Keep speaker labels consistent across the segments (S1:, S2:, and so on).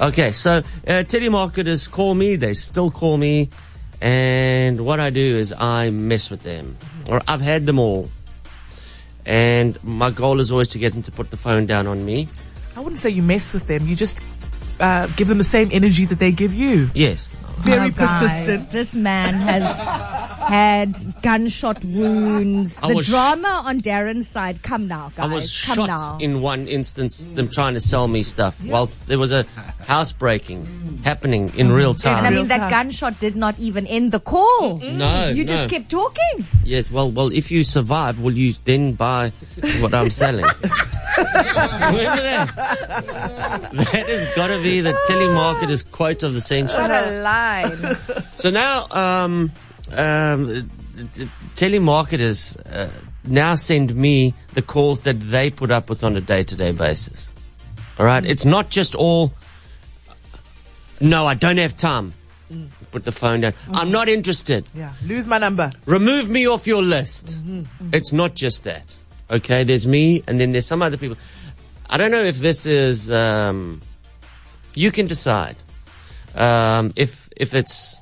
S1: Okay, so uh, telemarketers call me. They still call me, and what I do is I mess with them, or I've had them all. And my goal is always to get them to put the phone down on me.
S2: I wouldn't say you mess with them. You just uh, give them the same energy that they give you.
S1: Yes.
S2: Very
S3: Oh, guys,
S2: persistent.
S3: this man has had gunshot wounds.
S1: I
S3: the
S1: was sh-
S3: drama on Darren's side. Come now, guys.
S1: I was
S3: Come
S1: shot
S3: now.
S1: in one instance, them trying to sell me stuff, whilst there was a housebreaking happening in real
S3: and I
S1: time.
S3: mean, that gunshot did not even end the call.
S1: No,
S3: You
S1: no.
S3: just kept talking.
S1: Yes, well, well, if you survive, will you then buy what I'm selling? Remember that? That has got to be the telemarketer's quote of the century.
S4: What a line.
S1: So now, um, um, th- th- telemarketers uh, now send me the calls that they put up with on a day to day basis. All right? It's not just all, no, I don't have time. Put the phone down. I'm not interested.
S2: Yeah. Lose my number.
S1: Remove me off your list. It's not just that. Okay? There's me, and then there's some other people. I don't know if this is. Um, you can decide um, if if it's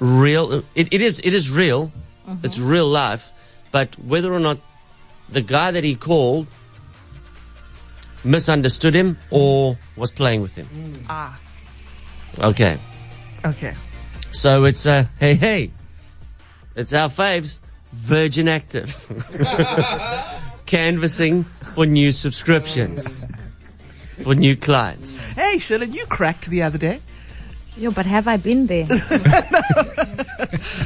S1: real. It, it is. It is real. It's real life. But whether or not the guy that he called misunderstood him or was playing with him.
S2: Ah.
S1: Okay.
S2: Okay.
S1: So it's uh, hey hey, it's our faves, Virgin Active, canvassing for new subscriptions, for new clients.
S2: Hey, Shirley, you cracked the other day.
S3: Yo, but have I been there?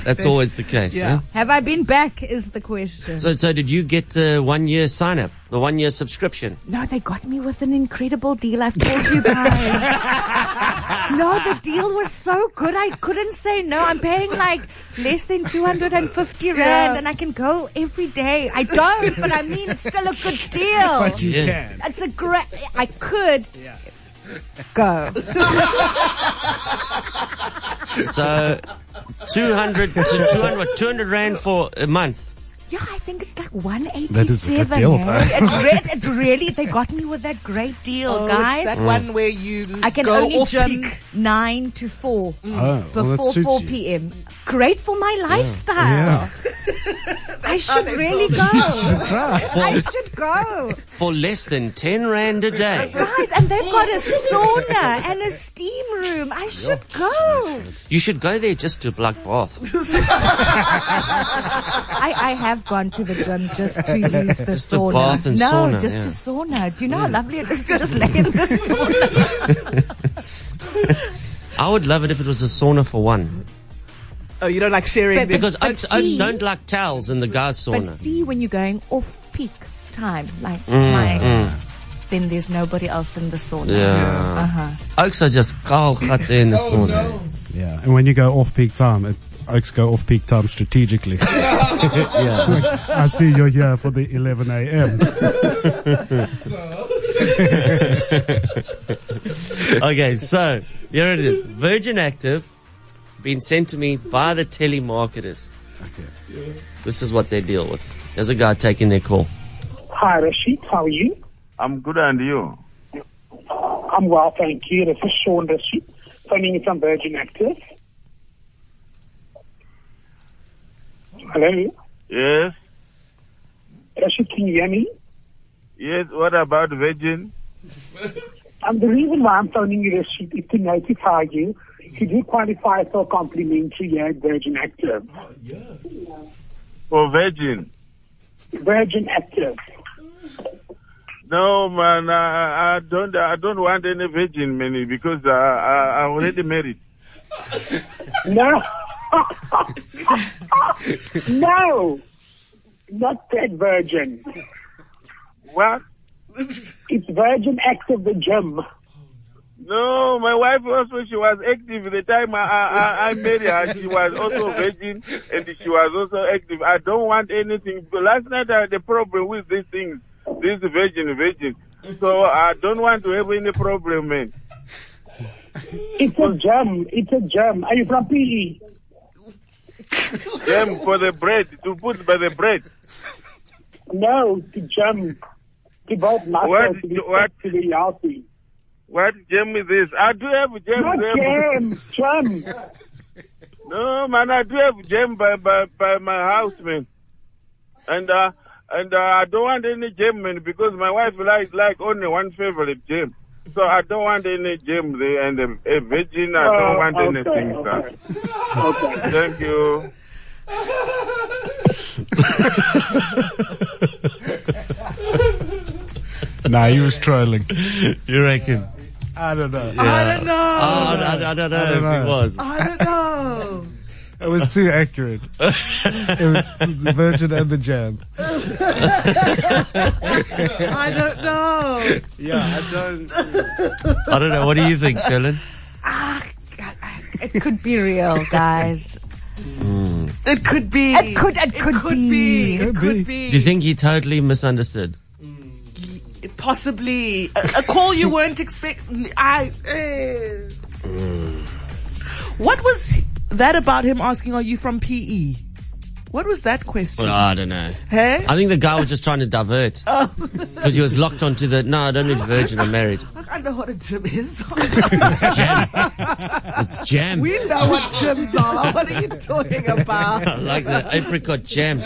S1: That's always the case.
S2: Yeah.
S1: Yeah.
S3: have I been back? Is the question.
S1: So so did you get the one year sign up, the one year subscription?
S3: No, they got me with an incredible deal. I've told you guys. no, the deal was so good. I couldn't say no. I'm paying like less than 250 rand
S2: Yeah.
S3: and I can go every day. I don't, but I mean, it's still a good deal.
S5: But you
S1: Yeah.
S5: can.
S3: it's a great. I could go.
S1: So 200 to 200, 200 rand for a month.
S3: Yeah, I think it's like 187.
S5: That is a good deal,
S3: man. it, re- it really, they got me with that great deal,
S2: Oh,
S3: guys.
S2: it's that one where you
S3: I can
S2: go
S3: only
S2: off
S3: gym
S2: peak.
S3: nine to four
S5: well, that
S3: before
S5: suits
S3: four
S5: you.
S3: p.m. Great for my lifestyle.
S5: Yeah.
S3: I should really go.
S5: Try.
S3: I should go,
S1: For less than 10 rand a day.
S3: guys. And they've got a sauna and a steam room. I should go.
S1: You should go there just to plug bath.
S3: I, I have gone to the gym just to use the
S1: Just to
S3: sauna.
S1: bath and
S3: no,
S1: sauna,
S3: just
S1: yeah.
S3: to sauna. Do you know how lovely it is to just lay in the sauna?
S1: I would love it if it was a sauna for one.
S2: Oh, you don't like sharing
S3: But-
S2: the-
S1: Because
S3: But
S1: oaks, oaks
S3: see-
S1: don't like towels in the guy's
S3: But
S1: sauna.
S3: see, when you're going off peak time, like my, then there's nobody else in the sauna.
S1: Yeah.
S3: Uh-huh.
S1: Oaks are just kaal gat in the sauna.
S5: Yeah. And when you go off peak time, it, Oaks go off peak time strategically. I see you're here for the 11 a.m.
S1: Okay, so here it is. Virgin Active been sent to me by the telemarketers. This is what they deal with. There's a guy taking their call.
S6: Hi, Rashid. How are you?
S7: I'm good and you?
S6: I'm well, thank you. This is Sean Rashid, phoning you from Virgin Active. Hello?
S7: Yes.
S6: Rashid, can you hear me?
S7: Yes. What about Virgin?
S6: Um, the reason why I'm phoning you, Rashid, is to notify you you do qualify for complimentary year at Virgin Active.
S7: For Oh, Virgin?
S6: Virgin Active.
S7: No, man. I, I don't. I don't want any Virgin money because I, I, I already married.
S6: No! no! Not that Virgin.
S7: What?
S6: It's Virgin Active, the gym.
S7: No, my wife also. She was active the time I, I, I- I married her. She was also Virgin and she was also active. I don't want anything. So Last night I had a problem with these things. This Virgin, Virgin. So I don't want to have any problem, man.
S6: It's a gym. It's a gym. Are you from E? PE?
S7: Them for the bread to put by the bread.
S6: No, to jump, to both muscles,
S7: What-
S6: to be
S7: what-
S6: fit, to be healthy.
S7: What gem is this? I do have gem.
S6: Not
S7: gem.
S6: jam, jam.
S7: No, man, I do have gem by, by, by my house, man. And, uh, and uh, I don't want any gem, man, because my wife likes like only one favorite gem. So I don't want any gem there and um, a virgin. I don't
S6: Oh,
S7: want
S6: okay,
S7: anything,
S6: okay.
S7: sir. Thank you.
S5: Nah, he was trolling.
S1: You reckon?
S5: I don't know.
S2: I don't know.
S1: Oh, I, I don't know
S5: don't
S1: if
S5: know.
S1: it was.
S2: I don't know.
S5: It was too accurate. it was the virgin and the jam.
S2: I don't know.
S5: Yeah, I don't.
S1: I don't know. What do you think, Sheldon?
S3: It could be real, guys.
S2: It could be.
S3: It could. It could,
S2: Could be. It
S5: Could
S2: could
S5: be.
S2: be.
S1: Do you think he totally misunderstood?
S2: Possibly a, a call you weren't expecting. I. eh. What was that about him asking? Are you from PE? What was that question?
S1: Well, I don't know.
S2: hey,
S1: I think the guy was just trying to divert because he was locked onto the. No, I don't need virgin. I'm married.
S2: I know what a gym is.
S1: It's jam.
S2: we know what gyms are. What are you talking about?
S1: I like the apricot jam.